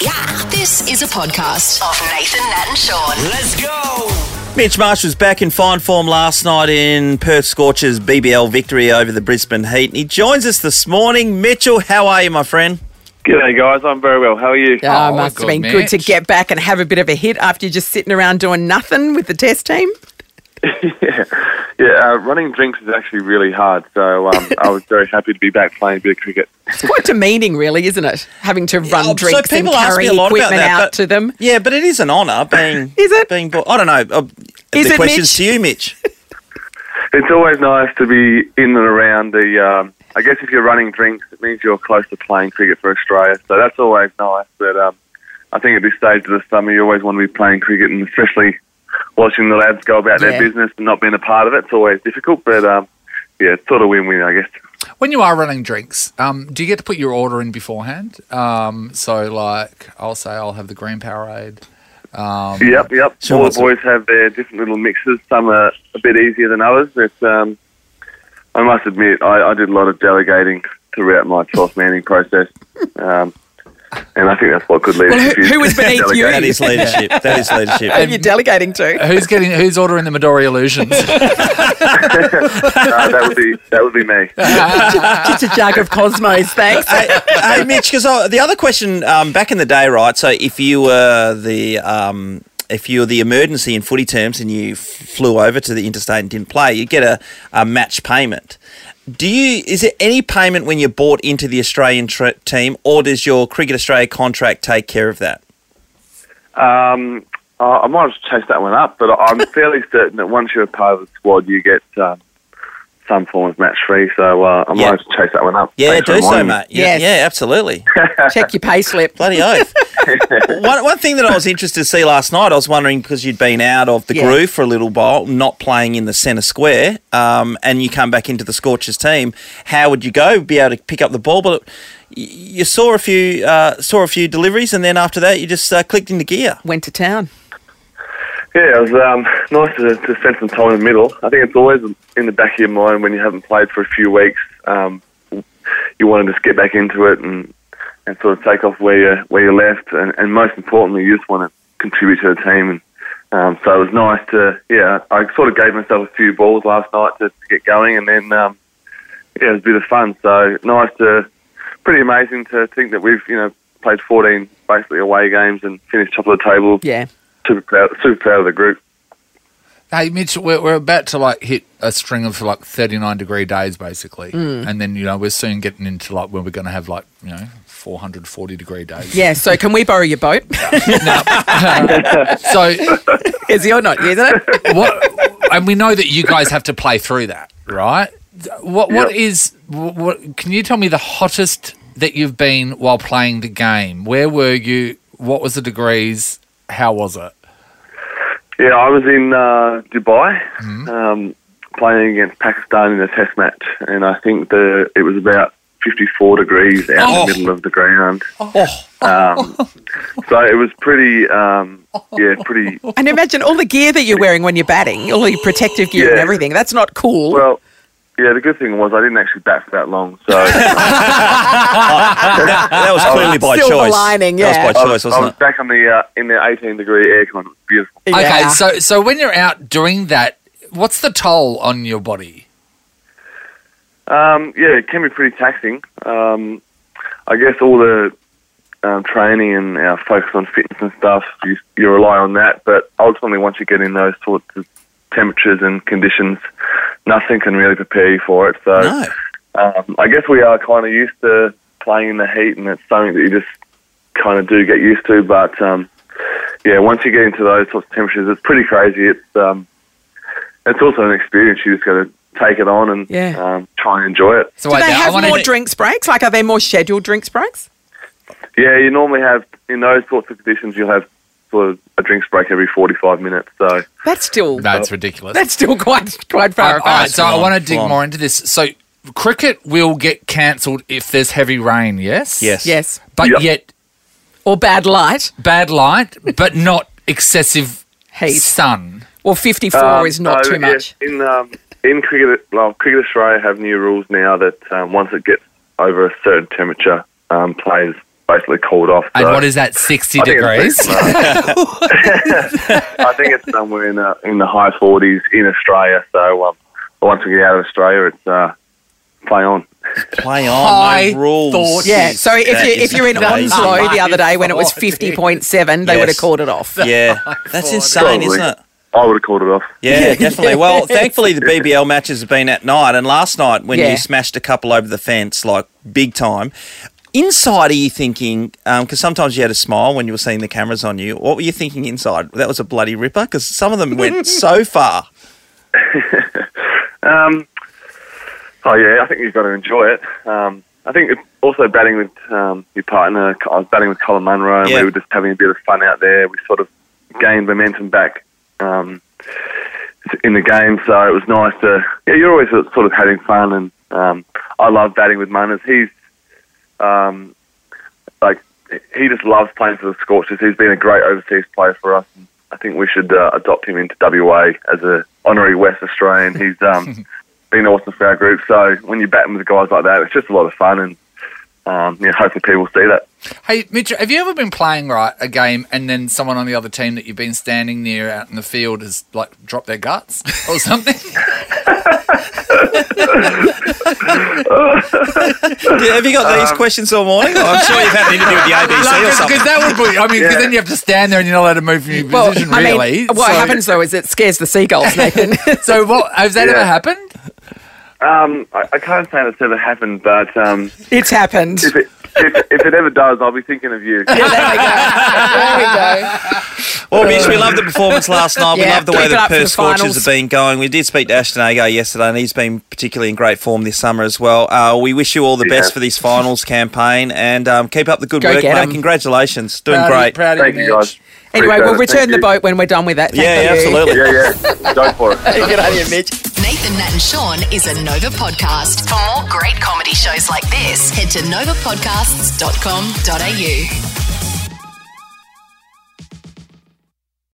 Yeah. This is a podcast of Nathan, Nat, and Sean. Let's go. Mitch Marsh was back in fine form last night in Perth Scorchers' BBL victory over the Brisbane Heat. And he joins us this morning. Mitchell, how are you, my friend? G'day, guys. I'm very well. How are you? Oh, Oh, must have good been good to match. get back and have a bit of a hit after you're just sitting around doing nothing with the test team. yeah, yeah. Uh, running drinks is actually really hard, so um, I was very happy to be back playing a bit of cricket. It's quite demeaning, really, isn't it? Having to run Oh, Um, drinks and ask carry me equipment out but- to them. Yeah, but it is an honour being. Is it? Being, bo- I don't know. Uh, Is the it, question's Mitch? to you, Mitch. It's always nice to be in and around the. Um, I guess if you're running drinks, it means you're close to playing cricket for Australia, so that's always nice. But um, I think at this stage of the summer, you always want to be playing cricket, and especially watching the lads go about Yeah. their business and not being a part of it. It's always difficult, but um, yeah, it's sort of win-win, I guess. When you are running drinks, um, do you get to put your order in beforehand? Um, so, like, I'll say I'll have the green Powerade. Um, Yep, yep. So All what's the boys have their different little mixes. Some are a bit easier than others, but um, I must admit, I, I did a lot of delegating throughout my 12 manning process. Um, and I think that's what good leadership Well, who- is. who was beneath you? That Delegate. is leadership. That is leadership. Who are you delegating to? Who's getting? Who's ordering the Midori Illusions? Uh, that would be that would be me. Just a jug of Cosmos, thanks. hey, hey, Mitch, because the other question um, back in the day, right? So if you were the um, if you were the emergency in footy terms and you f- flew over to the interstate and didn't play, you get a, a match payment. Do you is there any payment when you're bought into the Australian tr team, or does your Cricket Australia contract take care of that? Um, I I might have chased that one up, but I'm fairly certain that once you're a part of the squad, you get uh, some form of match free. So uh, I might Yeah. have to chase that one up. Yeah, Thanks for do so, reminding me. mate. Yeah, Yes. yeah, absolutely. Check your pay slip. Bloody oath. one, one thing that I was interested to see last night, I was wondering because you'd been out of the Yeah. groove for a little while, not playing in the centre square, um, and you come back into the Scorchers team, how would you go? Be able to pick up the ball, but y- you saw a few uh, saw a few deliveries, and then after that, you just uh, clicked into gear. Went to town. Yeah, it was um, nice to, to spend some time in the middle. I think it's always in the back of your mind when you haven't played for a few weeks. Um, you want to just get back into it and, and sort of take off where you where you left, and, and most importantly, you just want to contribute to the team. And um, so it was nice to yeah. I sort of gave myself a few balls last night to, to get going, and then um, yeah, it was a bit of fun. So nice to pretty amazing to think that we've you know played 14 basically away games and finished top of the table. Yeah. Super proud, super proud of the group. hey, Mitch, we're, we're about to like hit a string of like thirty-nine degree days, basically, and then you know we're soon getting into like when we're going to have like you know four hundred forty degree days. Yeah, so can we borrow your boat? So Because you're not using it. what, and we know that you guys have to play through that, right? What what is what, what? Can you tell me the hottest that you've been while playing the game? Where were you? What was the degrees? How was it? Yeah, I was in uh, Dubai Mm-hmm. um, playing against Pakistan in a test match, and I think the it was about 54 degrees out Oh. in the middle of the ground. Um, so it was pretty, um, yeah, pretty. And imagine all the gear that you're wearing when you're batting, all your protective gear and Yeah. everything. That's not cool. Well, yeah, the good thing was I didn't actually bat for that long, so I That, that was clearly by Oh, Silver choice. lining, That yeah. was by choice, was, I wasn't was it? back on the uh, in the 18 degree aircon. It was beautiful. Yeah. Okay, so so when you're out doing that, what's the toll on your body? Um, yeah, it can be pretty taxing. Um, I guess all the um, training and our focus on fitness and stuff, you, you rely on that. But ultimately, once you get in those sorts of temperatures and conditions, nothing can really prepare you for it. So No. um, I guess we are kind of used to playing in the heat, and it's something that you just kind of do get used to. But um, yeah, once you get into those sorts of temperatures, it's pretty crazy. It's um, it's also an experience. You just got to take it on and Yeah. um, try and enjoy it. So Do wait, they now, have wanna- more drinks breaks? Like, are there more scheduled drinks breaks? Yeah, you normally have in those sorts of conditions, you'll have sort of a drinks break every forty-five minutes. So That's still No, it's ridiculous. that's still quite quite far. all right, apart. so I Come on, want to dig come on. more into this. So cricket will get cancelled if there's heavy rain. Yes. Yes. yes, But Yep. yet or bad light bad light, but not excessive heat. sun. Well, fifty four Um, is not so, too yeah, much. in um, in cricket, well, cricket Australia have new rules now that um, once it gets over a certain temperature, um, players basically called off. And so what is that, 60 I think degrees? it's pretty low. I think it's somewhere in the in the high forties in Australia. So um, but once we get out of Australia, it's uh, play on. Play on, I no rules. thought- Yeah. So if, you, That is if you're in amazing. Onslow the other day when it was 50.7, they Yes. would have called it off. Yeah, that's insane, Probably. isn't it? I would have called it off. Yeah, definitely. Well, thankfully the BBL matches have been at night, and last night when Yeah. you smashed a couple over the fence like big time. Inside, are you thinking? Because sometimes you had a smile when you were seeing the cameras on you. What were you thinking inside? That was a bloody ripper because some of them went so far. Um, oh yeah, I think you've got to enjoy it. Um, I think it's also batting with um, your partner. I was batting with Colin Munro, and Yeah. we were just having a bit of fun out there. We sort of gained momentum back um, in the game, so it was nice to. Yeah, you're always sort of having fun, and um, I love batting with Munners. He's um, like he just loves playing for the Scorchers. He's been a great overseas player for us. I think we should uh, adopt him into WA as a honorary West Australian. He's um, been awesome for our group. So when you're batting with guys like that, it's just a lot of fun, and um, yeah, hopefully people see that. Hey, Mitch, have you ever been playing right a game and then someone on the other team that you've been standing near out in the field has like dropped their guts or something? Yeah, have you got these questions all morning? Oh, I'm sure you've had an interview with the ABC or something. Because that would be, I mean, 'cause Yeah. then you have to stand there and you're not allowed to move from your Well, position, I mean, really. what so, happens though is it scares the seagulls, Nathan. So, what has that Yeah. ever happened? Um, I, I can't say that's ever happened, but um, it's happened. if, it, if, if it ever does, I'll be thinking of you. Yeah, there we go. There we go. Well, Mitch, Oh, we loved the performance last night. we Yeah, loved the way keep it the up for Perth the Scorchers finals. have been going. We did speak to Ashton Agar yesterday, and he's been particularly in great form this summer as well. Uh, we wish you all the best Yeah. for this finals campaign, and um, keep up the good Go work, get mate. 'em. Congratulations, doing Proud of Uh, you- great. proud of Thank you Mitch. guys. Anyway, Appreciate we'll it. return Thank the you. boat when we're done with that. Thank Yeah, yeah, you. absolutely. Yeah, yeah, go for it. Get out of here, Mitch. Nathan, Nat, and Sean is a Nova podcast. For more great comedy shows like this, head to novapodcasts.com.au.